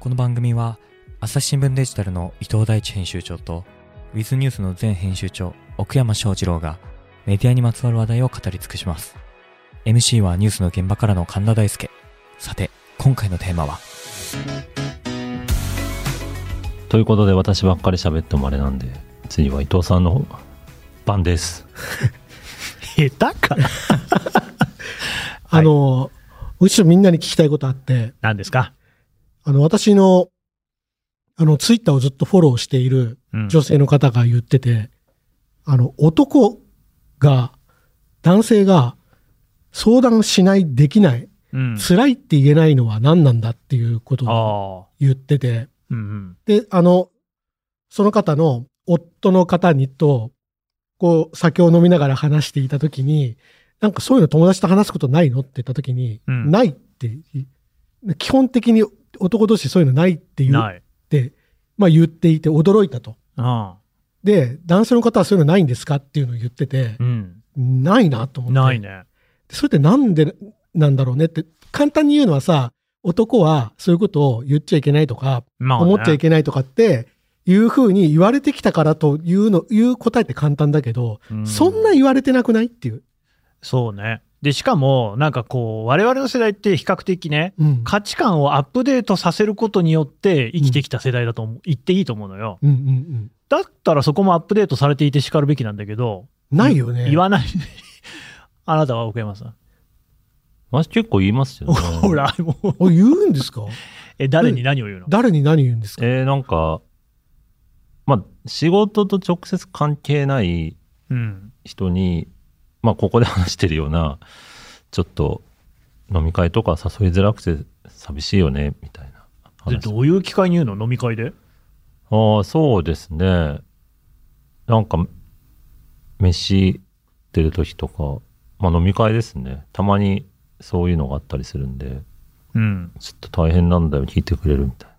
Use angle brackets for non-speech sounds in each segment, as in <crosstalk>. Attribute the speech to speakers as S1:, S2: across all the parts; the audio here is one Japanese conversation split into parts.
S1: この番組は朝日新聞デジタルの伊藤大地編集長とウィズニュースの前編集長奥山翔二郎がメディアにまつわる話題を語り尽くします MC はニュースの現場からの神田大輔さて今回のテーマは
S2: ということで私ばっかり喋ってもあれなんで次は伊藤さんの番です
S3: 下手かあの、うちとみんなに聞きたいことあって、
S4: 何ですか、
S3: あの、私の、あの、ツイッターをずっとフォローしている
S4: うん
S3: 女性の方が言ってて、あの、男が、男性が相談しない、できない、
S4: うん
S3: 辛いって言えないのは何なんだっていうことを
S4: ああ。
S3: 言ってて、
S4: うんうん。
S3: で、あの、その方の夫の方にと、こう、酒を飲みながら話していたときに、なんかそういうの友達と話すことないのって言ったときに、
S4: うん
S3: ないってい、基本的に男同士そういうのないって言っ
S4: ない。
S3: て、まあ言っていて驚いたと。
S4: ああ。
S3: で、男性の方はそういうのないんですかっていうのを言ってて
S4: う、ん。
S3: ないなと思って。
S4: ないね。
S3: それってなんでなんだろうねって、簡単に言うのはさ、男はそういうことを言っちゃいけないとか、
S4: まあ、ね。
S3: 思っちゃいけないとかっていうふうに言われてきたからというの、いう答えって簡単だけど、
S4: うん
S3: そんな言われてなくないっていう。
S4: そうね。で、しかも、なんかこう、我々の世代って比較的ね、
S3: うん。
S4: 価値観をアップデートさせることによって生きてきた世代だと思う言っていいと思うのよ。
S3: うんうん
S4: だったらそこもアップデートされていて叱るべきなんだけど、
S3: うん。ないよね。
S4: 言わない。 <laughs> あなたは奥山さん。
S2: 私結構言いますよ、ね、
S4: <laughs> ほら、もう、
S3: お言うんですか
S4: え、誰に何を言うの
S3: 誰に何言うんですか
S2: えー、なんかまあ仕事と直接関係ない
S4: うん。
S2: 人にまあここで話してるようなちょっと飲み会とか誘いづらくて寂しいよねみたいな
S4: で、
S2: 話
S4: どういう機会に言うの飲み会で
S2: ああそうですねなんか飯出る時とか、まあ、飲み会ですねたまにそういうのがあったりするんで
S4: うん。
S2: ちょっと大変なんだよ聞いてくれるみたい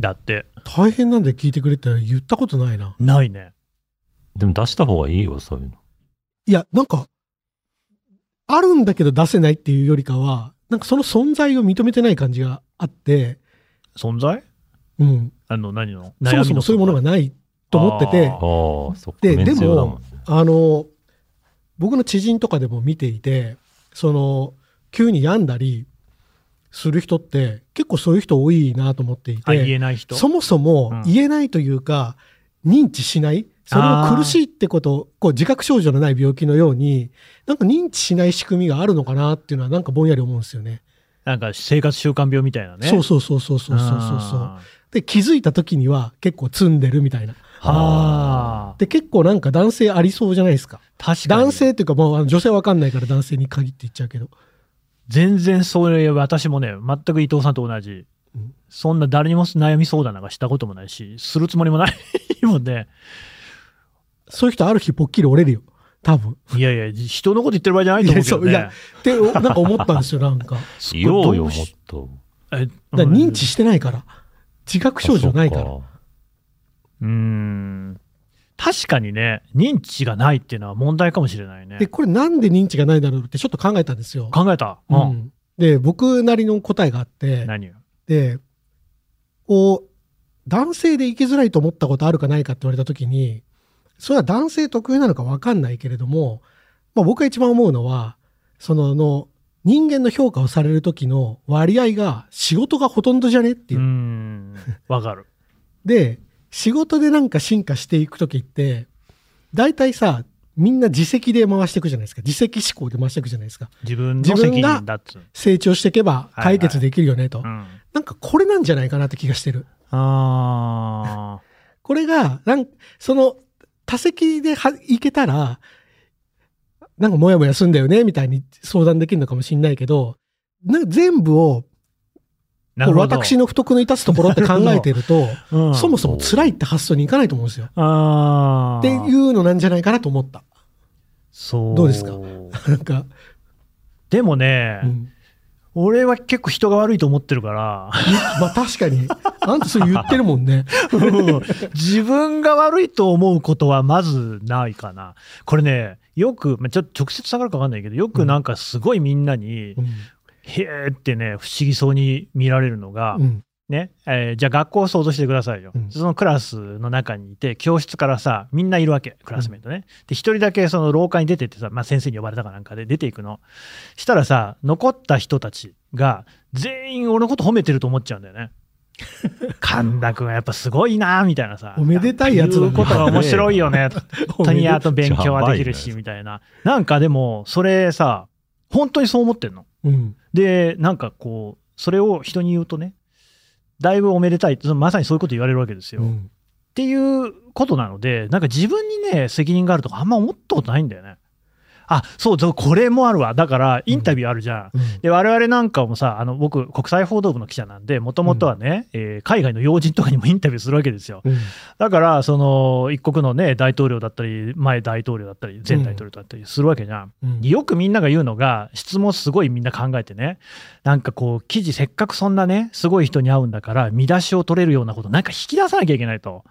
S4: だって、
S3: 大変なんで聞いてくれって言ったことないな。
S4: ないね。
S2: なでも出した方がいいよそういうの
S3: いや、なんか、あるんだけど出せないっていうよりかは、なんかその存在を認めてない感じがあって、
S4: 存在
S3: うん。
S4: あの、何の
S3: そもそもそういうものが
S4: ね。
S3: ないと思ってて
S2: あ
S4: あ、
S2: あそっか
S3: で
S2: メンツ用だもんね
S3: あの、僕の知人とかでも見ていて、その、急に病んだりする人って、結構そういう人多いなと思ってい
S4: あ言
S3: て、
S4: えない人。
S3: そもそも
S4: うん
S3: 言えないというか、認知しない、それを苦しいってことを、こう自覚症状のない病気のように、なんか認知しない仕組みがあるのかなっていうのは、なんかぼんやり思うんですよね。
S4: なんか生活習慣病みたいなね。
S3: そうそうそうそうそうそうそうそう。
S4: あ
S3: で、気づいた時には結構積んでるみたいな。
S4: ーはあ。
S3: で、結構なんか男性ありそうじゃないですか。
S4: 確かに。
S3: 男性っていうか、もうあの女性わかんないから男性に限って言っちゃうけど。
S4: 全然それ、私もね、全く伊藤さんと同じ
S3: うん。
S4: そんな誰にも悩み相談なんかしたこともないし、するつもりもないもんで、
S3: そういう人ある日ぽっきり折れるよ。多分。
S4: いやいや、人のこと言ってる場合じゃないと思うけどね
S3: いや。って、おなんか思ったんですよ、なんか。
S2: 言おう
S4: ど
S2: よ
S4: う
S2: もっ
S4: し
S2: と
S4: え
S3: だから認知
S4: し
S3: してないから。自覚症状ないか
S2: あ
S3: ら。
S2: そっ
S4: うーん。確かにね、認知がないっていうのは問題かもしれないね
S3: で、。これなんで認知がないだろうってちょっと考えたんですよ。
S4: 考えた。う。
S3: うんん。で、僕なりの答えがあって、
S4: 何よ
S3: で、こう、男性で生きづらいと思ったことあるかないかって言われたときに、それは男性特有なのかわかんないけれども、まあ僕が一番思うのは、その、あの人間の評価をされる時の割合が仕事がほとんどじゃねって
S4: う
S3: い
S4: ー
S3: う。
S4: ん。わ
S3: <laughs>
S4: かる。
S3: で、仕事でなんか進化していく時って、大体さ、みんな自責で回していくじゃないですか。自責思考で回していくじゃないですか。
S4: 自分
S3: 自
S4: の
S3: 分
S4: 責
S3: が
S4: 任だっつう。
S3: 成長していけば解決できるよねと。
S4: うん。
S3: なんかこれなんじゃないかなって気がしてる。
S4: あ
S3: これが、なんその、他席ではいけたら、なんかもやもやすんだよね、みたいに相談できるのかもしれないけど、なんか全部を、
S4: ーなるほど。
S3: 私の不徳の致すところって考えてると、
S4: <laughs> うん、
S3: そもそも辛いって発想にいかないと思うんですよ。
S4: あ
S3: っ
S4: ー
S3: ていうのなんじゃないかなと思った。
S4: そう。
S3: どうですかなんか、
S4: でもね、
S3: うん
S4: 俺は結構人が悪いと思ってる
S3: <laughs>
S4: から、
S3: まあ確かに、あんたそれ言ってるもんね。
S4: 自分が悪いと思うことはまずないかな。これね、よく、まあちょっと直接下がるかわかんないけど、よくなんかすごいみんなに、
S3: うん
S4: へーってね、不思議そうに見られるのが、
S3: うん
S4: ねえーじゃあ学校を想像してくださいよ、
S3: うん
S4: そのクラスの中にいて教室からさみんないるわけクラスメートね、で一人だけその廊下に出てってさ、まあ、先生に呼ばれたかなんかで出ていくのしたらさ残った人たちが全員俺のこと褒めてると思っちゃうんだよ
S3: <laughs>
S4: ね神田君はやっぱすごいなみたいなさ
S3: おめでたいやつだな
S4: 言うことは面白い
S3: <laughs>
S4: よね本当にあと勉強はできるし
S2: やばいね
S4: みたいななんかでもそれさ本当にそう思ってんの
S3: うん。
S4: でなんかこうそれを人に言うとねだいぶおめでたいそのまさにそういうこと言われるわけですよ、っ
S3: うん
S4: ていうことなのでなんか自分にね責任があるとかあんま思ったことないんだよねあそうそうこれもあるわだからインタビューあるじゃん、
S3: うん
S4: で我々なんかもさあの僕国際報道部の記者なんでもともとはね、えー海外の要人とかにもインタビューするわけですよ、
S3: うん
S4: だから、その一国の、ね、大統領だったり、前大統領だったり、前大統領だったりするわけじゃん。
S3: うん
S4: よくみんなが言うのが、質問すごいみんな考えてね、なんかこう、記事、せっかくそんなね、すごい人に会うんだから、見出しを取れるようなこと、なんか引き出さなきゃいけないと、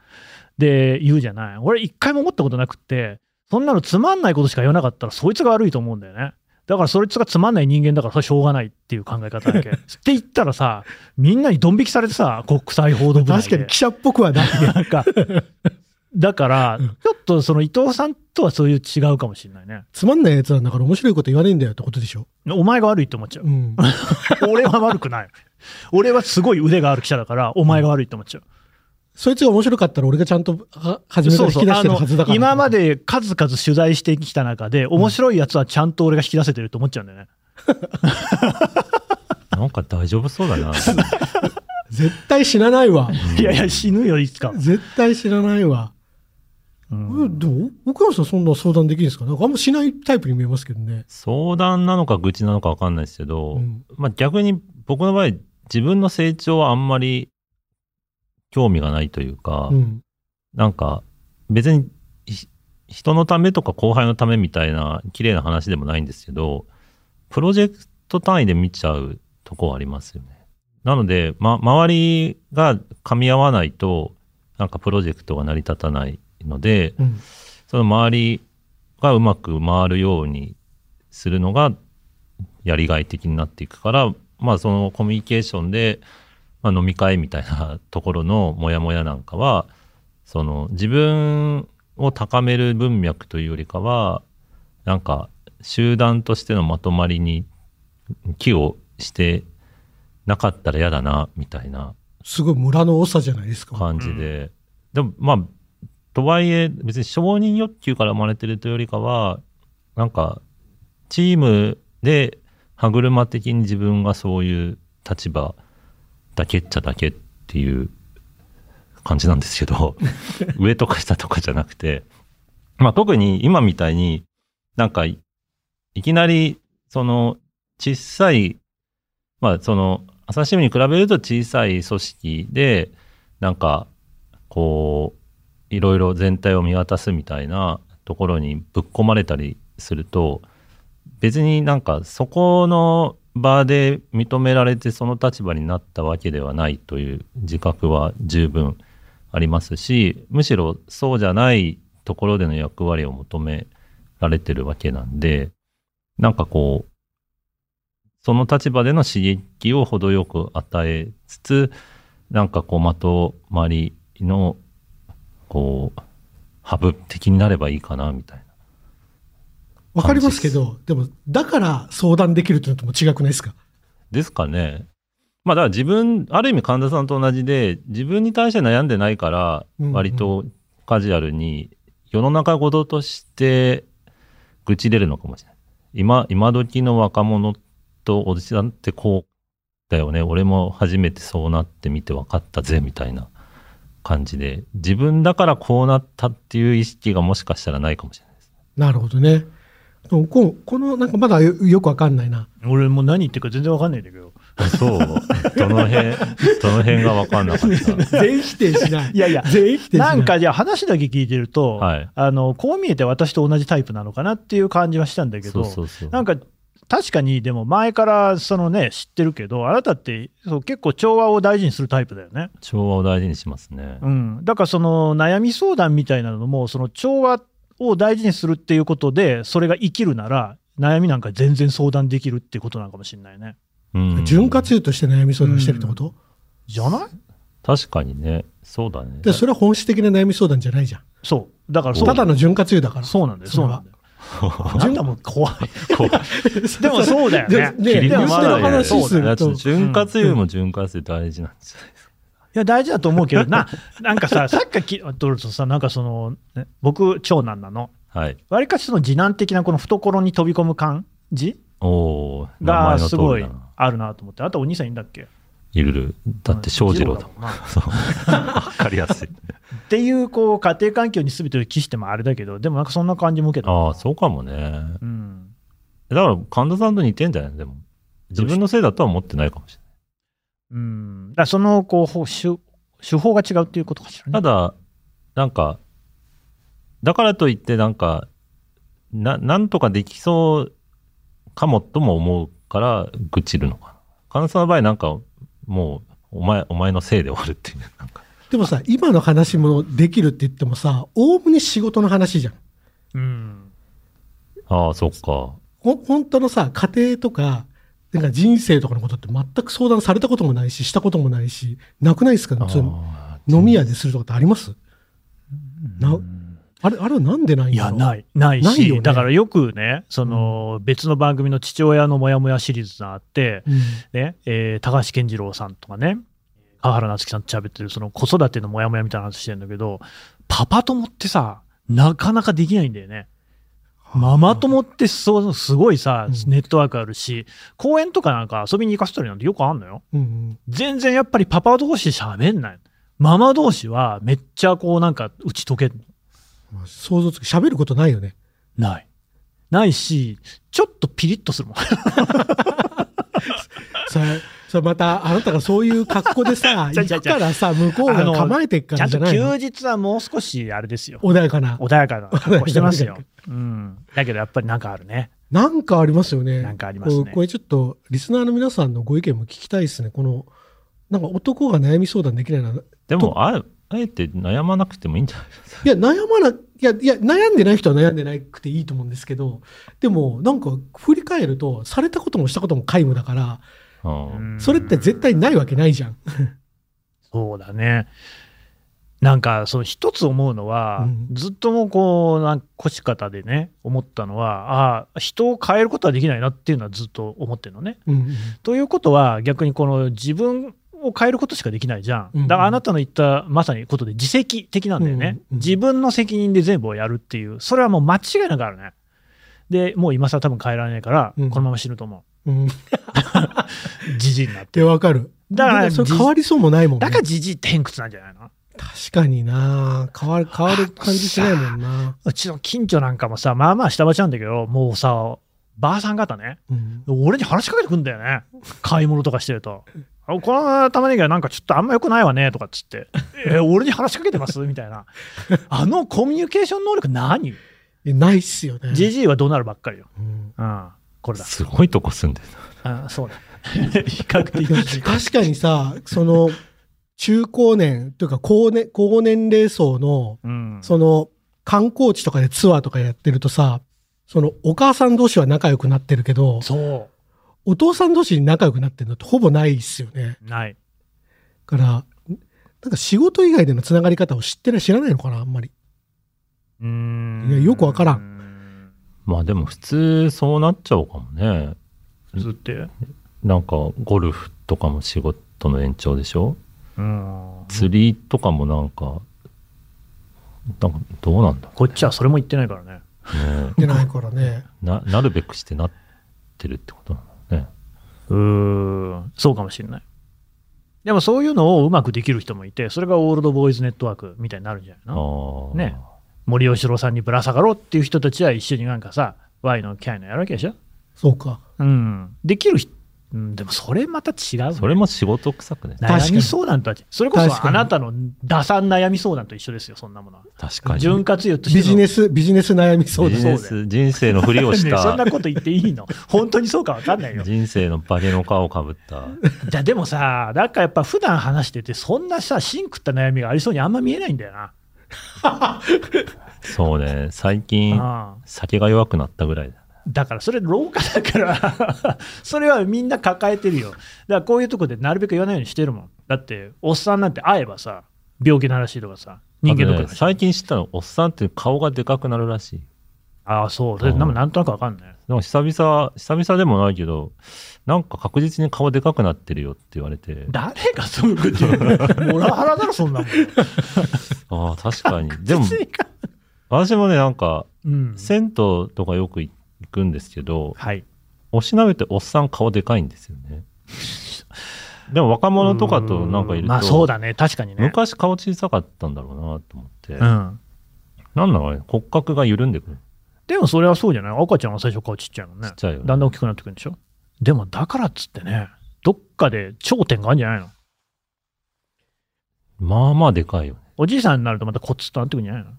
S4: で、言うじゃない。俺、一回も思ったことなくって、そんなのつまんないことしか言わなかったら、そいつが悪いと思うんだよね。だから、そいつがつまんない人間だから、それしょうがないっていう考え方
S3: <laughs>
S4: だけ。って言ったらさ、みんなにドン引きされてさ、国際報道部内で
S3: 確かに記者っぽくはないね。
S4: なんか、だから、ちょっとその伊藤さんとはそういう違うかもしれないね。
S3: つまんないやつなんだから面白いこと言わねえんだよってことでしょ。
S4: お前が悪いって思っちゃう
S3: う。ん。 <laughs>
S4: <laughs> 俺は悪くない。俺はすごい腕がある記者だから、お前が悪いって思っちゃう。
S3: そいつが面白かったら俺がちゃんとは初めから引き出してるはずだから。
S4: 今ま。で数々取材してきた中で、面白いやつはちゃんと俺が引き出せてると思っちゃうんだよね。
S2: なんか大丈夫そうだな。
S3: 絶対死なない
S4: <laughs>
S3: わ。
S4: いやいや、死ぬよ、いつか。
S3: 絶対死なないわ。
S4: うん
S3: うん、でも、奥山さんそんな相談できるんですかなんかあんましないタイプに見えますけどね。
S2: 相談なのか愚痴なのかわかんないですけど、
S3: うん
S2: まあ逆に僕の場合、自分の成長はあんまり興味がないというか、
S3: うん。
S2: なんか別にひ人のためとか後輩のためみたいな綺麗な話でもないんですけど、プロジェクト単位で見ちゃうとこはありますよね。なので、ま、周りが噛み合わないと、なんかプロジェクトが成り立たないので、
S3: うん。
S2: その周りがうまく回るようにするのがやりがい的になっていくから、まあそのコミュニケーションで、まあ、飲み会みたいなところのモヤモヤなんかは、その自分を高める文脈というよりかは、なんか集団としてのまとまりに寄与してなかったら嫌だな、みたいな
S3: すごい村の多さじゃないですか。
S2: 感じで、でもまあとはいえ別に承認欲求から生まれてるというよりかはなんかチームで歯車的に自分がそういう立場だけっちゃだけっていう感じなんですけど上とか下とかじゃなくて、まあ、特に今みたいになんかいいきなりその小さいまあその朝日新聞に比べると小さい組織でなんかこういろいろ全体を見渡すみたいなところにぶっ込まれたりすると別になんかそこの場で認められてその立場になったわけではないという自覚は十分ありますしむしろそうじゃないところでの役割を求められてるわけなんでなんかこうその立場での刺激を程よく与えつつなんかこうまとまりのこうハブ的になればいいかなみたいな。
S3: わかりますけど、でも、だから相談できるっていうのとも違くないですか
S2: ですかね。まあだから自分ある意味神田さんと同じで自分に対して悩んでないから
S3: うんうん
S2: 割とカジュアルに世の中ごととして愚痴れるのかもしれない。今今時の若者とおじさんってこうだよね俺も初めてそうなってみて分かったぜみたいな感じで自分だからこうなったっていう意識がもしかしたらないかもしれないです。
S3: なるほどね。でもここの、なんかまだよよくわか
S4: <laughs>
S3: んないな。
S4: 俺もう何言ってるか全然わかんないんだけど。
S2: そう <laughs> どの辺どの辺が分かんなかった。
S3: 全否定しない。
S4: いやいや
S3: 全否定しな。
S4: ないんかじゃあ話だけ聞いてると、
S2: はい
S4: あのこう見えて私と同じタイプなのかなっていう感じはしたんだけ
S2: そ
S4: ど
S2: うそうそう。
S4: なんか確かにでも前からそのね知ってるけどあなたってそう結構調和を大事にするタイプだよね、
S2: 調和を大事にしますね。
S4: うん、だからその悩み相談みたいなのもその調和を大事にするっていうことでそれが生きるなら悩みなんか全然相談できるっていうことなのかもしれないね
S2: うん
S3: 潤滑油として悩み相談してるってこと、
S4: じゃない
S2: 確かにね、そうだね。
S3: で、それは本質的な悩み相談じゃないじゃん。
S4: そう。だからそう、
S3: ただの潤滑油だから。
S4: そうなんだよ。
S3: そ
S4: そ
S3: れ
S4: う
S3: は
S4: なんだよ。なんだもん、怖い。で
S3: で
S4: もそうだよね。
S3: ね
S2: 切り
S3: でも
S2: 込ま
S3: それの
S2: ないよね
S3: 話する
S2: そうだ
S3: と
S2: ね。潤滑油も潤滑油大事なんですよ
S4: いや、大事だと思うけどな、なんかさ、 <laughs> さっきからきドルトさ、なんかその、ね僕、長男なの。
S2: はい。
S4: わりかしその次男的なこの懐に飛び込む感じ
S2: おー名前
S4: が
S2: の
S4: す
S2: 通
S4: ご
S2: り
S4: い
S2: だな。
S4: あるなと思って。あとお兄さんいるんだっけ
S2: いるる。だって翔二郎だもん。
S4: もんな。
S2: そう。わかりやすい。
S4: っていう、こう、家庭環境に全てを帰してもあれだけど、でもなんかそんな感じも受け
S2: <laughs>
S4: た。
S2: ああ、そうかもね。
S4: うん。
S2: だから神田さんと似てんじゃないでも。自分のせいだとは思ってないかもしれな
S4: うん。だからその、こうほう、手手法が違うっていうことかしらね。
S2: い。ただ、なんか、だからといって、なんか、な、なんとかできそうかもとも思うから、愚痴るのかな。神田さんの場合、なんか、もう、お前、お前のせいで終わるっていう。なんか
S3: でもさ、今の話もできるって言ってもさ、おおむね仕事の話じゃん。
S4: うん。
S2: ああ、そっか。
S3: ほ本当のさ、家庭とか、なんか人生とかのことって全く相談されたこともないし、したこともないし、なくないですか
S2: ああ
S3: その飲み屋でするとかってありますなあれ、あれはなんでないん
S4: い
S3: だ
S4: や、
S3: ろう
S4: ない。ないし、
S3: ないよね
S4: だからよくね、その、別の番組の父親のモヤモヤシリーズがあって、
S3: うん
S4: ね、えー高橋健次郎さんとかね、川原夏樹さんと喋ってる、その子育てのモヤモヤみたいな話してるんだけど、パパ友ってさ、なかなかできないんだよね。ママ友ってそう、すごいさ
S3: う、ん
S4: ネットワークあるし、公園とかなんか遊びに行かせたりなんてよくあんのよ。
S3: うんうん
S4: 全然やっぱりパパ同士喋んない。ママ同士はめっちゃこうなんか打ち解けるの。
S3: まあ想像つく。喋ることないよね。
S4: ない。ないし、ちょっとピリッとするもん。
S3: それ、それまた、あなたがそういう格好でさ、
S4: <laughs> ちゃ
S3: 行
S4: ちゃ
S3: く
S4: ちゃ
S3: からさ、向こう
S4: あ
S3: が
S4: の
S3: 構えてっか
S4: ちゃ
S3: ら
S4: ん
S3: じ
S4: と
S3: ゃないの
S4: 休日はもう少しあれですよ。
S3: 穏やかな。
S4: 穏やかな格好してます
S3: <laughs>
S4: よ。うん。だけどやっぱりなんかあるね。
S3: なんかありますよね。
S4: なんかありますね
S3: こうこれちょっと、リスナーの皆さんのご意見も聞きたいですね。この、なんか男が悩み相談できないな。い
S2: でも、あえあえて悩まなくてもいいんじゃないですか。
S3: や、悩まな、いや、いや、悩んでない人は悩んでなくていいと思うんですけど、でも、なんか、振り返ると、されたこともしたことも皆無だから、
S2: うん
S3: それって絶対ないわけないじゃん。
S4: そうだね。なんか、その一つ思うのは、
S3: うん
S4: ずっともうこう、なんか、腰方でね、思ったのは、ああ、人を変えることはできないなっていうのはずっと思ってるのね。
S3: うん。
S4: ということは、逆にこの自分を変えることしかできないじゃ
S3: うん
S4: ん。だからあなたの言ったまさにことで自責的なんだよね。
S3: うんうん
S4: 自分の責任で全部をやるっていう、それはもう間違いなくあるね。で、もう今更多分変えられないから、
S3: うん
S4: このまま死ぬと思
S3: うん。っ
S4: う。じじいになって。
S3: てわかる。
S4: だから
S3: それ変わりそうもないもんね。
S4: だからじじいって偏屈なんじゃないの
S3: 確かにな変わる、変わる感じしないもんな。
S4: うちの近所なんかもさ、まあまあ下町なんだけど、もうさ、ばあさん方ね、
S3: うん。
S4: 俺に話しかけてくんだよね。買い物とかしてると。あこの玉ねぎはなんかちょっとあんま良くないわね、とかっつって。えー俺に話しかけてますみたいな。あのコミュニケーション能力何
S3: えないっすよね。
S4: ジジイはどうなるばっかりよ。
S3: うん
S4: うん。これだ。
S2: すごいとこ住んでる
S4: あそうだ。比較的。
S3: 確かにさ、その、中高年というか高年、高年齢層の、
S4: うん。
S3: その、観光地とかでツアーとかやってるとさ、その、お母さん同士は仲良くなってるけど、
S4: そ
S3: お父さん同士に仲良くなってるのってほぼないっすよね。
S4: う。ない。
S3: から、なんか仕事以外でのつながり方を知ってない、知らないのかな、あんまり。
S4: うーん
S3: いやよくわからん
S4: ん。
S2: まあでも普通そうなっちゃうかもね。
S4: 普通って。
S2: なんかゴルフとかも仕事の延長でしょ
S4: うん。
S2: 釣りとかもなんか、なんかどうなんだ
S4: こっちはそれも言ってないからね。
S2: ろうね。
S4: <laughs>
S3: 知ってないからね。
S2: ななるべくしてなってるってことなんだね。
S4: うーん、そうかもしれない。でもそういうのをうまくできる人もいて、それがオールドボーイズネットワークみたいになるんじゃない
S2: あ
S4: の
S2: ー
S4: ね森喜朗さんにぶら下がろうっていう人たちは一緒になんかさ、Y のキャイのやるわけでしょ
S3: そうか。
S4: うん。できる人、うん、でもそれまた違うね、
S2: それも仕事臭くね。
S3: 確か
S4: 悩
S3: に
S4: み相談とは違うそれこ
S3: 確
S4: そ
S3: か
S4: あ
S3: に
S4: なたの打算悩み相談と一緒ですよ、そんなものは。
S2: 確かに。
S4: 潤滑油として
S3: ビ
S4: の
S3: ジネス、ビジネス悩み相
S2: ビ
S3: 談
S2: ジ。ネス、人生のふりをし
S4: <laughs> ねそんな
S2: た、
S4: こと言っていいの本当にそうかわかんないよ。
S2: 人生の化けの皮をかぶった。
S4: じゃあでもさ、なんかやっぱ普段話してて、そんなさ、シンクった悩みがありそうにあんま見えないんだよな。
S2: そうね、最近
S4: ああ
S2: 酒が弱くなったぐらいだ。
S4: だからそれ老化だから <laughs> それはみんな抱えてるよだからこういうとこでなるべく言わないようにしてるもんだっておっさんなんて会えばさ病気の話とかさ人間ドック
S2: あと
S4: の
S2: ね
S4: 話
S2: 最近知ったの、おっさんって顔がでかくなるらしい。
S4: ああそうそれなんなんとなくわかんない
S2: なんか久々、久々でもないけど、なんか確実に顔でかくなってるよって言われて、
S4: 誰がそういうこと言うのモラハラだろそんなもん
S2: ああ、確か
S4: <laughs>
S2: に。 <laughs> でも、
S4: 別にか
S2: 私もね、なんか、
S4: うん
S2: 銭湯とかよく行くんですけど、
S4: はい
S2: おしなべておっさん顔でかいんですよ
S4: <laughs>
S2: ね。でも若者とかとなんかいると、
S4: まあそうだね確かにね
S2: 昔顔小さかったんだろうなと思って、
S4: うん
S2: なんなのあれ骨格が緩んでくる。
S4: でもそれはそうじゃない赤ちゃんは最初顔ちっちゃいもんね
S2: ちっちゃいよね
S4: だんだん大きくなってくるんでしょでもだからっつってねどっかで頂点があるんじゃないの
S2: まあまあでかいよね。
S4: おじいさんになるとまたコツとなってくるんじゃないの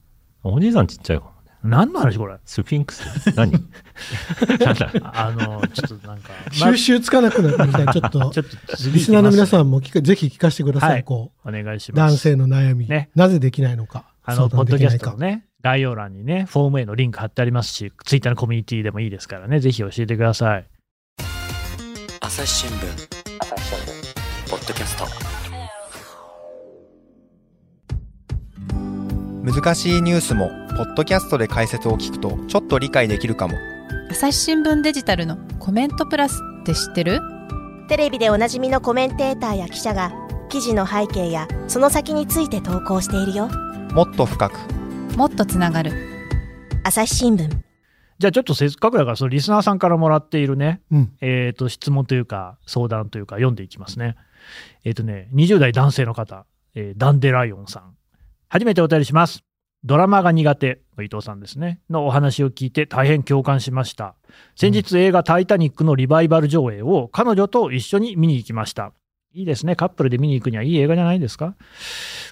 S2: おじいさんちっちゃいかもね。
S4: 何の話これ
S2: スフィンクス <laughs>
S4: <laughs>
S2: 何なんだ
S4: あの、ちょっとなん
S3: <laughs>
S4: か、
S3: <laughs> 収集つかなくなってきた <laughs> らちょっと
S4: まちょっと次行きますね、
S3: リスナーの皆さんも聞かぜひ聞かせてください、
S4: はい
S3: こ
S4: お願いし
S3: う
S4: ます。
S3: 男性の悩み、
S4: ね
S3: なぜできないのか
S4: あの、ポッドキャストの
S3: 相談できないか
S4: ね、概要欄にね、フォームへのリンク貼ってありますし、ツイッターのコミュニティでもいいですからね、ぜひ教えてください。
S1: 朝日新聞ポッドキャスト
S5: 難しいニュースもポッドキャストで解説を聞くとちょっと理解できるかも
S6: 朝日新聞デジタルのコメントプラスって知ってる
S7: テレビでおなじみのコメンテーターや記者が記事の背景やその先について投稿しているよ
S5: もっと深く
S6: もっとつながる
S7: 朝日新聞
S4: じゃあちょっとせっかくだから、そのリスナーさんからもらっているね、
S3: うん
S4: えっ、と、質問というか、相談というか、読んでいきますね。えっ、とね、20代男性の方、えーダンデライオンさん。初めてお便りします。ドラマが苦手、伊藤さんですね、のお話を聞いて大変共感しました。先日映画タイタニックのリバイバル上映を彼女と一緒に見に行きました。いいですね。カップルで見に行くにはいい映画じゃないですか。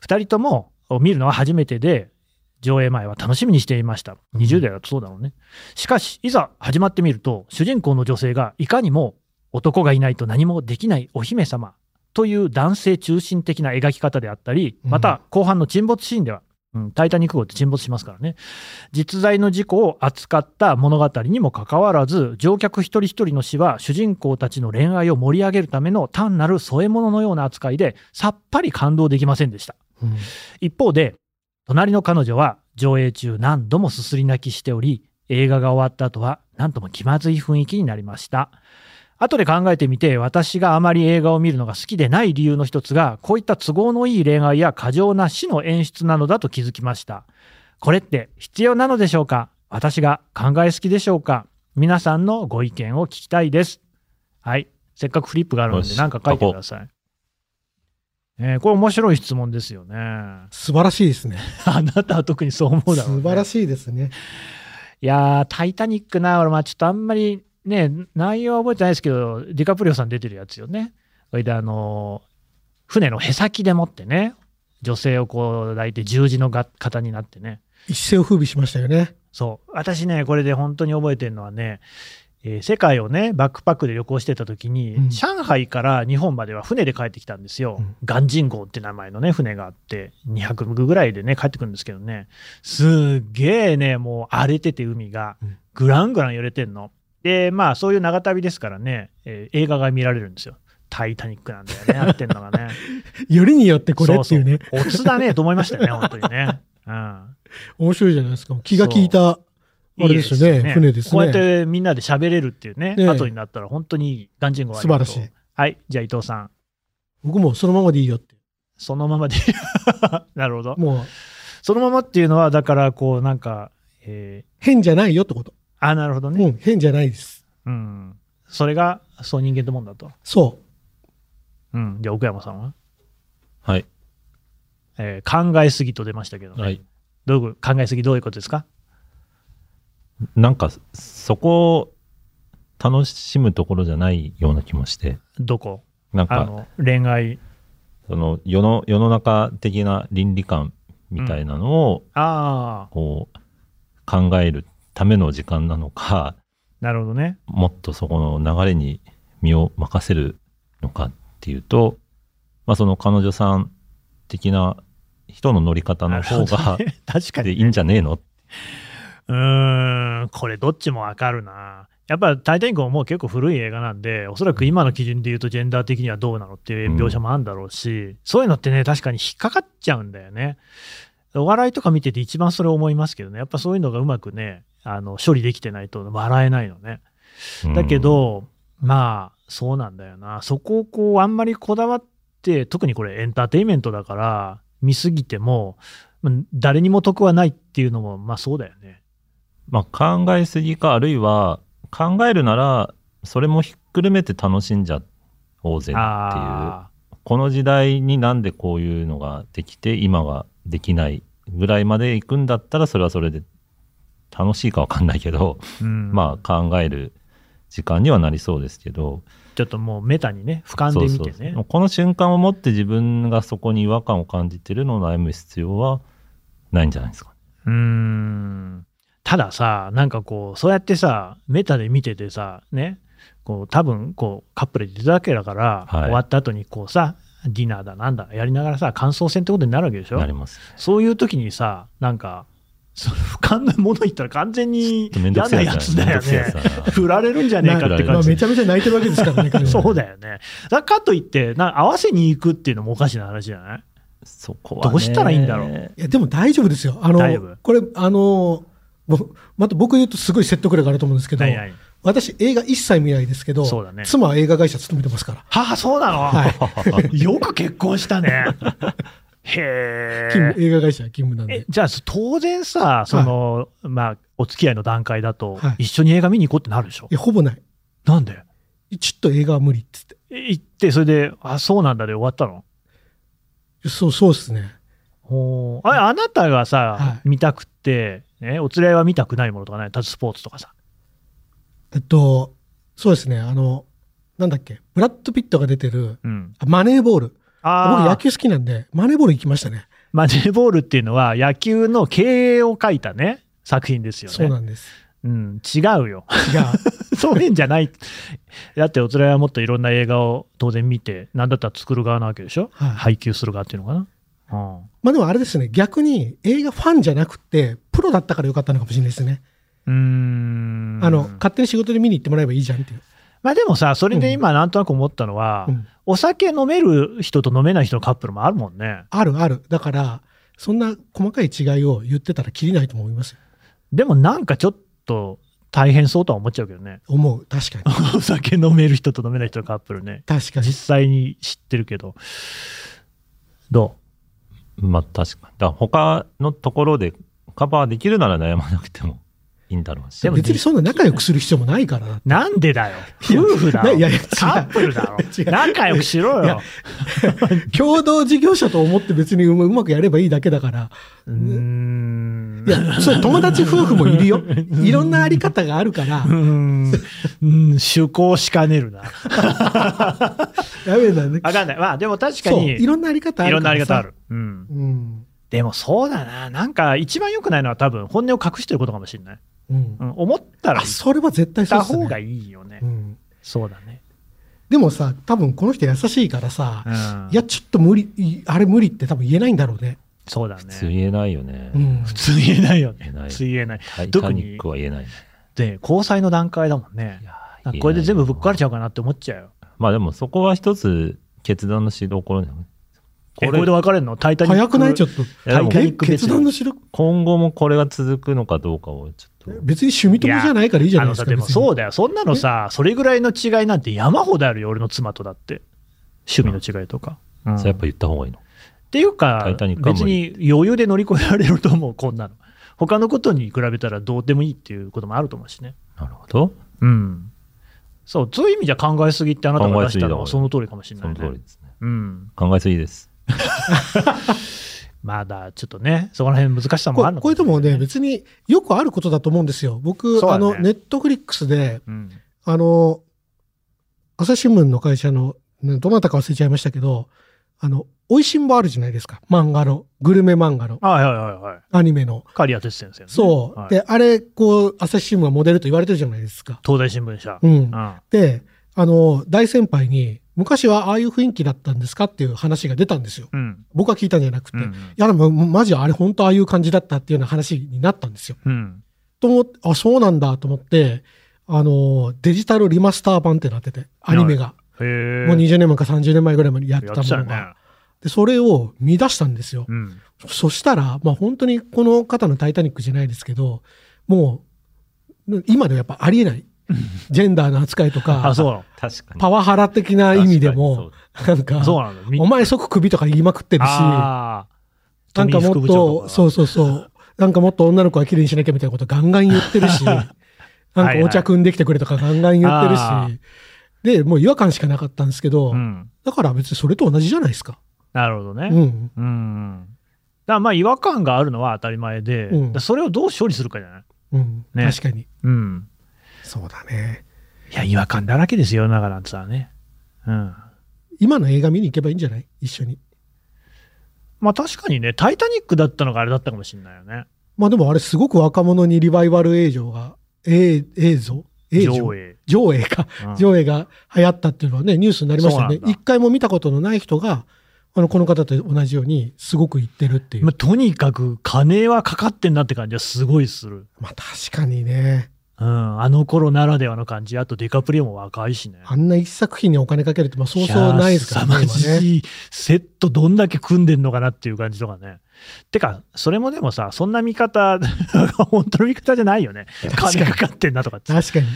S4: 二人とも見るのは初めてで、上映前は楽しみにしていました。20代だとそうだろうね。しかし、いざ始まってみると、主人公の女性がいかにも男がいないと何もできないお姫様という男性中心的な描き方であったり、
S3: うん
S4: また後半の沈没シーンでは、うん、タイタニック号って沈没しますからね、実在の事故を扱った物語にもかかわらず、乗客一人一人の死は主人公たちの恋愛を盛り上げるための単なる添え物のような扱いで、さっぱり感動できませんでした。
S3: うん
S4: 一方で、隣の彼女は上映中何度もすすり泣きしており、映画が終わった後は何とも気まずい雰囲気になりました。後で考えてみて、私があまり映画を見るのが好きでない理由の一つが、こういった都合のいい恋愛や過剰な死の演出なのだと気づきました。これって必要なのでしょうか私が考えすぎでしょうか皆さんのご意見を聞きたいです。はい。せっかくフリップがあるの
S2: よ
S4: で
S2: し
S4: 何か書いてください。えーこれ面白い質問ですよね。
S3: 素晴らしいですね
S4: <laughs> あなたは特にそう思うだろう、
S3: 素
S4: ね。
S3: 晴ら
S4: い。
S3: しいですね
S4: いやー、タイタニックな、俺、まあちょっとあんまりね、内容は覚えてないですけど、ディカプリオさん出てるやつよね。それで、あのー船のへさきでもってね、女性をこう抱いて十字のが型になってね。
S3: 一世を風靡しましたよね
S4: そう。私ね、これで本当に覚えてるのはね、えー世界をね、バックパックで旅行してた時に、
S3: うん
S4: 上海から日本までは船で帰ってきたんですよ。
S3: うん
S4: ガンジン号って名前のね、船があって、200ぐらいでね、帰ってくるんですけどね、すっげえね、もう荒れてて海が
S3: うん、
S4: ぐらんぐらん揺れてんの。で、まあそういう長旅ですからね、えー映画が見られるんですよ。タイタニックなんだよね、合ってんのがね。
S3: <laughs> よりによ <laughs> ってこれっていうね
S4: そうそうオツだね、と思いましたよね、本当に
S3: <laughs>
S4: ね。うん。
S3: 面白いじゃないですか気が利いたあれですよね
S4: いい
S3: 船ですね
S4: こうやってみんなで喋れるっていうね、
S3: ねえ
S4: 後になったら本当にいいガンジンゴはありがとう
S3: 素晴らしい。
S4: はい、じゃあ伊藤さん、
S3: 僕もそのままでいいよって
S4: そのままで。 <laughs> なるほど。
S3: もう
S4: そのままっていうのは、だからこうなんか、えー
S3: 変じゃないよってこと
S4: あ、なるほど
S3: う
S4: ね。
S3: ん変じゃないです
S4: うん。それが、そう人間ってもんだと。
S3: そ
S4: うん。じゃあ奥山さんは、
S2: はい。
S4: えー考えすぎと出ましたけど、ね
S2: はい。
S4: どういう考えすぎどういうことですか
S2: なんか、そこを楽しむところじゃないような気もして、
S4: どこ
S2: なん
S4: あ
S2: か、
S4: の、恋愛。
S2: その世の、世の中的な倫理観みたいなのを、
S4: ああ、
S2: こう、考えるための時間なのか、
S4: なるほどね。
S2: もっとそこの流れに身を任せるのかっていうと、まあ、その彼女さん的な人の乗り方の方
S4: なるほ
S2: が
S4: ど、ね <laughs> 確かに
S2: でいいんじゃねえの
S4: うーん、これどっちもわかるな。やっぱタイタニックももう結構古い映画なんで、おそらく今の基準で言うとジェンダー的にはどうなのっていう描写もあるんだろうし、そういうのってね、確かに引っかかっちゃうんだよね。お笑いとか見てて一番それ思いますけどね、やっぱそういうのがうまくね、あの処理できてないと笑えないのね。だけ、ど、まあ、そうなんだよな。そこをこう、あんまりこだわって、特にこれエンターテインメントだから、見すぎても、まあ誰にも得はないっていうのも、まあそうだよね。
S2: まあ、考えすぎかあるいは考えるならそれもひっくるめて楽しんじゃおうぜっていう
S4: あ
S2: この時代になんでこういうのができて今ができないぐらいまで行くんだったらそれはそれで楽しいかわかんないけど、
S4: あ、うん
S2: まあ考える時間にはなりそうですけど
S4: ちょっともうメタにね、俯瞰で見てね。
S2: そうそうそうこの瞬間をもって自分がそこに違和感を感じてるのを悩む必要はないんじゃないですか。
S4: うーんたださ、なんかこう、そうやってさ、メタで見ててさ、ね、こう、多分こう、カップルで出たわけだから、
S2: はい
S4: 終わった後にこうさ、ディナーだなんだ、やりながらさ、感想戦ってことになるわけでしょ
S2: なります。
S4: そういう時にさ、なんか、その俯瞰のもの言ったら完全に
S2: ちょっとめんどく
S4: 嫌
S2: せえ
S4: な
S2: や
S4: や
S2: つ
S4: つ
S2: だ
S4: だ
S2: な
S4: よね。
S2: めんどくせえやつだな
S4: 振られるんじゃねえかっ
S2: な
S4: て
S3: ま
S4: 感
S3: あ、
S4: じ
S3: めちゃめちゃ泣いてるわけですからね <laughs> 彼女
S4: そうだよね。だからかといってな、合わせに行くっていうのもおかしな話じゃない
S2: そこはね
S4: どうしたらいいんだろう
S3: いやでも大丈夫ですよあの
S4: 大丈夫
S3: これあのぼまた僕言うとすごい説得力あると思うんですけど
S4: ないない
S3: 私映画一切見ないですけど
S4: そうだね
S3: 妻は映画会社勤めてますから
S4: はあ、そうなの、
S3: は
S4: <laughs> よく結婚した <laughs> ね。へ
S3: 勤
S4: え。
S3: 務映画会社勤務なん
S4: え
S3: で
S4: じゃあ当然さ、その、まあ、お付き合いの段階だと、
S3: はい
S4: 一緒に映画見に行こうってなるでしょ
S3: い。やほぼない
S4: なんで
S3: ちょっと映画は無理っつって
S4: え行って、それで、あ、そうなんだで終わったの
S3: そうそうですね
S4: ほうあれあなたがさ、
S3: は
S4: 見たくて、ね、お連れは見たくないものとかない、タッチスポーツとかさ。
S3: えっとそうですねあのなんだっけブラッド・ピットが出てる
S4: うん。
S3: あマネーボール僕
S4: あ
S3: 野
S4: あ、
S3: 球好きなんでマネーボール行きましたね
S4: マネーボールっていうのは野球の経営を書いたね、作品ですよね。
S3: そうなんです
S4: うん、違うよ。
S3: いや <laughs>
S4: <laughs> そういうんじゃない。だって、おつらいはもっといろんな映画を当然見て、なんだったら作る側なわけでしょ、
S3: はい
S4: 配給する側っていうのかな。
S3: まあでもあれですね逆に映画ファンじゃなくてプロだったからよかったのかもしれないですね
S4: うん。
S3: あの勝手に仕事で見に行ってもらえばいいじゃんっていう、
S4: まあでもさ、それで今、なんとなく思ったのは、
S3: うん
S4: お酒飲める人と飲めない人のカップルもあるもんね。
S3: あるあるだからそんな細かい違いを言ってたらきりないと思いますよ
S4: でもなんかちょっと大変そうとは思っちゃうけどね。
S3: 思う確かに
S4: <laughs> お酒飲める人と飲めない人のカップルね。
S3: 確かに
S4: 実際に知ってるけど。ど
S2: まあ確かに。だから他のところでカバーできるなら悩まなくてもいいんだろうし。
S4: でも
S3: 別にそんな仲良くする必要もないからな
S4: うなんでだよ。
S3: いや
S4: 夫婦だろ。
S3: いやいや違う
S4: カップル <laughs> だろ
S3: 違う。
S4: 仲良くしろ
S3: い
S4: よ
S3: や。共同事業者と思って別にうまうまくやればいいだけだ
S4: <laughs>
S3: から
S4: うーん
S3: い。やそれ友達夫婦もいるよいろんなあり方があるから
S4: うーん。うーん趣向しかねるな。
S3: やめだね
S4: わかんない。まあでも確か
S3: そう
S4: に、
S3: いろんなあり方ある
S4: いろんなあり方あ
S3: からさ
S4: る。うん。
S3: うん
S4: でもそうだな。なんか一番良くないのは多分本音を隠してることかもしれない。
S3: うん
S4: うん。思ったら
S3: あ
S4: 言っ
S3: それは絶対そう
S4: た
S3: ですね
S4: 方がいいよね
S3: う。ん
S4: そうだね。
S3: でもさ多分この人優しいからさ、
S4: うん
S3: いやちょっと無理いあれ無理って多分言えないんだろうね、
S4: そうだね。
S2: 普通言えないよね。
S3: うん、
S4: 普通言えないよね。
S2: 言えない
S4: 普通言えない。
S2: タイ
S4: 特
S2: タ
S4: に
S2: ニックは言えない。
S4: で、交際の段階だもんね。なんかこれで全部ぶっ壊れちゃうかなって思っちゃうよ。
S2: まあでもそこは一つ決断のしどころだよね。
S4: えこれで別れるのタイタニック。
S3: 早くないちょっと
S2: いやでも
S4: タイタニ
S3: え
S4: ック別
S3: 決断のしろ
S2: 今後もこれが続くのかどうかをちょっと。
S3: 別に趣味友じゃないからいいじゃ
S4: あ
S3: な
S4: の
S3: いです
S4: さ、
S3: か
S4: でも
S3: 別に
S4: そうだよ。そんなのさ、それぐらいの違いなんて山ほどあるよ、俺の妻とだって。趣味の違いとか。うん
S2: それやっぱ言った方がいいの。
S4: っていうか
S2: タイタニッ、クは
S4: 別
S2: 無理
S4: に余裕で乗り越えられると思う、こんなの。他のことに比べたらどうでもいいっていうこともあると思うしね。
S2: なるほど。
S4: うん。そう、そういう意味じゃ考えすぎってあなたが出したの
S2: 考え
S4: は
S2: すぎだ
S4: その通りかもしれな
S2: そ
S4: い、
S2: の
S4: ね。
S2: 通りですね。
S4: うん。
S2: 考えすぎです。
S4: まだちょっとね、そこら辺難しさもあ
S3: こ
S4: るの
S3: こ
S4: か
S3: れでも
S4: しれ
S3: ね
S4: ない
S3: 別によくあることだと思うんですよ僕、
S4: そうだ
S3: あ
S4: ね
S3: のネットフリックスで
S4: うん
S3: あの朝日新聞の会社のねどなたか忘れちゃいましたけどあの美味しんぼあるじゃないですか漫画のグルメ漫画の
S4: はいはいはいはい。
S3: アニメの
S4: 刈谷哲先生、ね。
S3: そう、
S4: はい
S3: であれこう朝日新聞がモデルと言われてるじゃないですか
S4: 東大新聞社。
S3: うん
S4: うん
S3: で、あの、大先輩に、昔はああいう雰囲気だったんですかっていう話が出たんですよ。
S4: うん。
S3: 僕は聞いたんじゃなくて。
S4: う
S3: い
S4: ん
S3: や、でも、マジあれ本当ああいう感じだったっていうような話になったんですよ。
S4: うん。
S3: と思って、あ、そうなんだと思って、あの、デジタルリマスター版ってなってて、アニメが。
S4: へえ。
S3: もう20年前か30年前ぐらいまでやって
S4: や
S3: た
S4: っ
S3: も
S4: てた
S3: の
S4: よ
S3: が。
S4: ね。
S3: で、それを見出したんですよ。
S4: うん。
S3: そしたら、まあ本当にこの方のタイタニックじゃないですけど、もう、今ではやっぱあり
S4: <laughs>
S3: えない。ジェンダーの扱いとか
S4: あ、、そう。
S2: 確かに。
S3: パワハラ的な意味でも、なんか、
S4: そうなんだ。み
S3: お前即首とか言いまくってるし、
S4: あー
S3: なんかも
S4: 富井副
S3: っ
S4: 部長
S3: と、
S4: か
S3: そうそうそう、なんかもっと女の子は綺麗にしなきゃみたいなことガンガン言ってる
S4: <laughs>
S3: し、なんかお茶汲んできてくれとかガンガン言ってるし
S4: あ、
S3: で、もう違和感しかなかったんですけど、
S4: うん。
S3: だから別にそれと同じじゃないですか。
S4: なるほどね。
S3: うん。
S4: うん。だからまあ違和感があるのは当たり前で、
S3: うん
S4: だからそれをどう処理するかじゃない
S3: うん。
S4: ね
S3: 確かに。
S4: うん。
S3: そうだね。
S4: いや、違和感だらけですよ、世の中なんてさね。うん。
S3: 今の映画見に行けばいいんじゃない一緒に。
S4: まあ確かにね、タイタニックだったのがあれだったかもしれないよね。
S3: まあでもあれすごく若者にリバイバル映像が、え映像映像
S4: 上映。
S3: 上映か。
S4: うん
S3: 上映が流行ったっていうのはね、ニュースになりましたよね
S4: そう。なんだ
S3: 一回も見たことのない人が、あの、この方と同じように、すごく言ってるっていう。
S4: まあ
S3: ま、
S4: とにかく金はかかってんなって感じはすごいする。
S3: あ、確かにね、
S4: うん。あの頃ならではの感じ。あとデカプリオも若いしね。
S3: あんな一作品にお金かけるって、まあ、そうそうないですからね。
S4: いやー
S3: 今
S4: 凄ま
S3: ね
S4: じいセットどんだけ組んでんのかなっていう感じとかね。てか、それもでもさ、そんな見方、 <laughs> 本当の見方じゃないよね。
S3: 確か
S4: 金
S3: に
S4: かかってんなとかって。
S3: 確かに。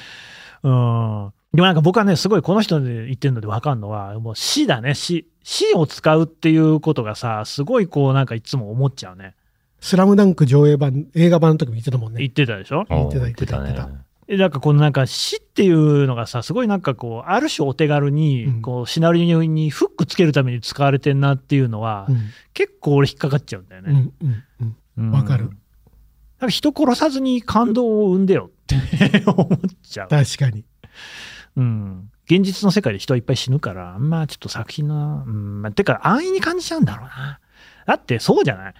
S4: うん。でもなんか僕はね、すごいこの人で言ってるので分かるのは、もう死だね、死。死を使うっていうことがさ、すごいこうなんかいつも思っちゃうね。
S3: スラムダンク上映版、映画版の時も言ってたもん
S4: 言
S3: ね。
S4: ってたでしょ
S2: おー
S3: 言ってた
S2: 言
S3: 言って
S2: って
S3: た
S2: たね。
S4: えなんかこのなんか死っていうのがさすごいなんかこうある種お手軽
S3: う
S4: に
S3: ん
S4: こうシナリオにフックつけるために使われてんなっていうのは
S3: うん、
S4: 結構俺引っかかっちゃうんだよ
S3: うん、う
S4: ね。
S3: ん、うん。
S4: うん
S3: わかる
S4: なんか人殺さずに感動を生んでよって <laughs> 思っちゃう。
S3: 確かに。
S4: うん。現実の世界で人はいっぱい死ぬから、まあちょっと作品の、うん、まあてか安易に感じちゃうんだろうな。だってそうじゃない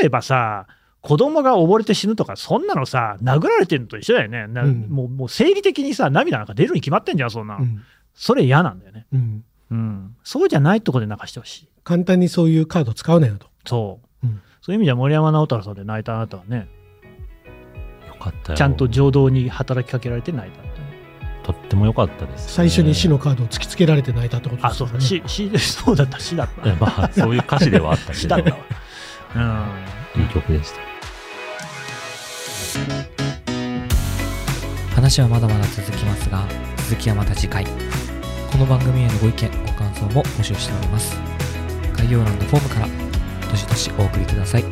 S4: 例えばさ、子供が溺れて死ぬとか、そんなのさ、殴られてるのと一緒だよね。な
S3: うん
S4: もう、もう生理的にさ、涙なんか出るに決まってんじゃん、そんなの。
S3: うん、
S4: それ嫌なんだよね。
S3: うん。
S4: うん。そうじゃないとこで泣かしてほしい。
S3: 簡単にそういうカード使うなよと。
S4: そう。
S3: うん
S4: そういう意味じゃ森山直太朗さんで泣いたあなたはね、
S2: よかったよ。
S4: ちゃんと情動に働きかけられて泣いたんだよね。
S2: とっても良かったです、ね。
S3: 最初に死の。カードを突きつけられて泣いたってこと
S4: あ、
S3: です
S4: そ
S3: よ
S4: う
S3: ね。
S4: だ、し、し、 <laughs> そうだった、しだっ
S2: いや <laughs> まあ、そういう歌詞ではあった
S4: た。
S2: けど、
S4: しだ
S2: い
S4: ったわ。うん。
S2: い曲でした。
S1: 話はまだまだ続きますが続きはまた次回この番組へのご意見ご感想も募集しております概要欄のフォームからどしどしお送りください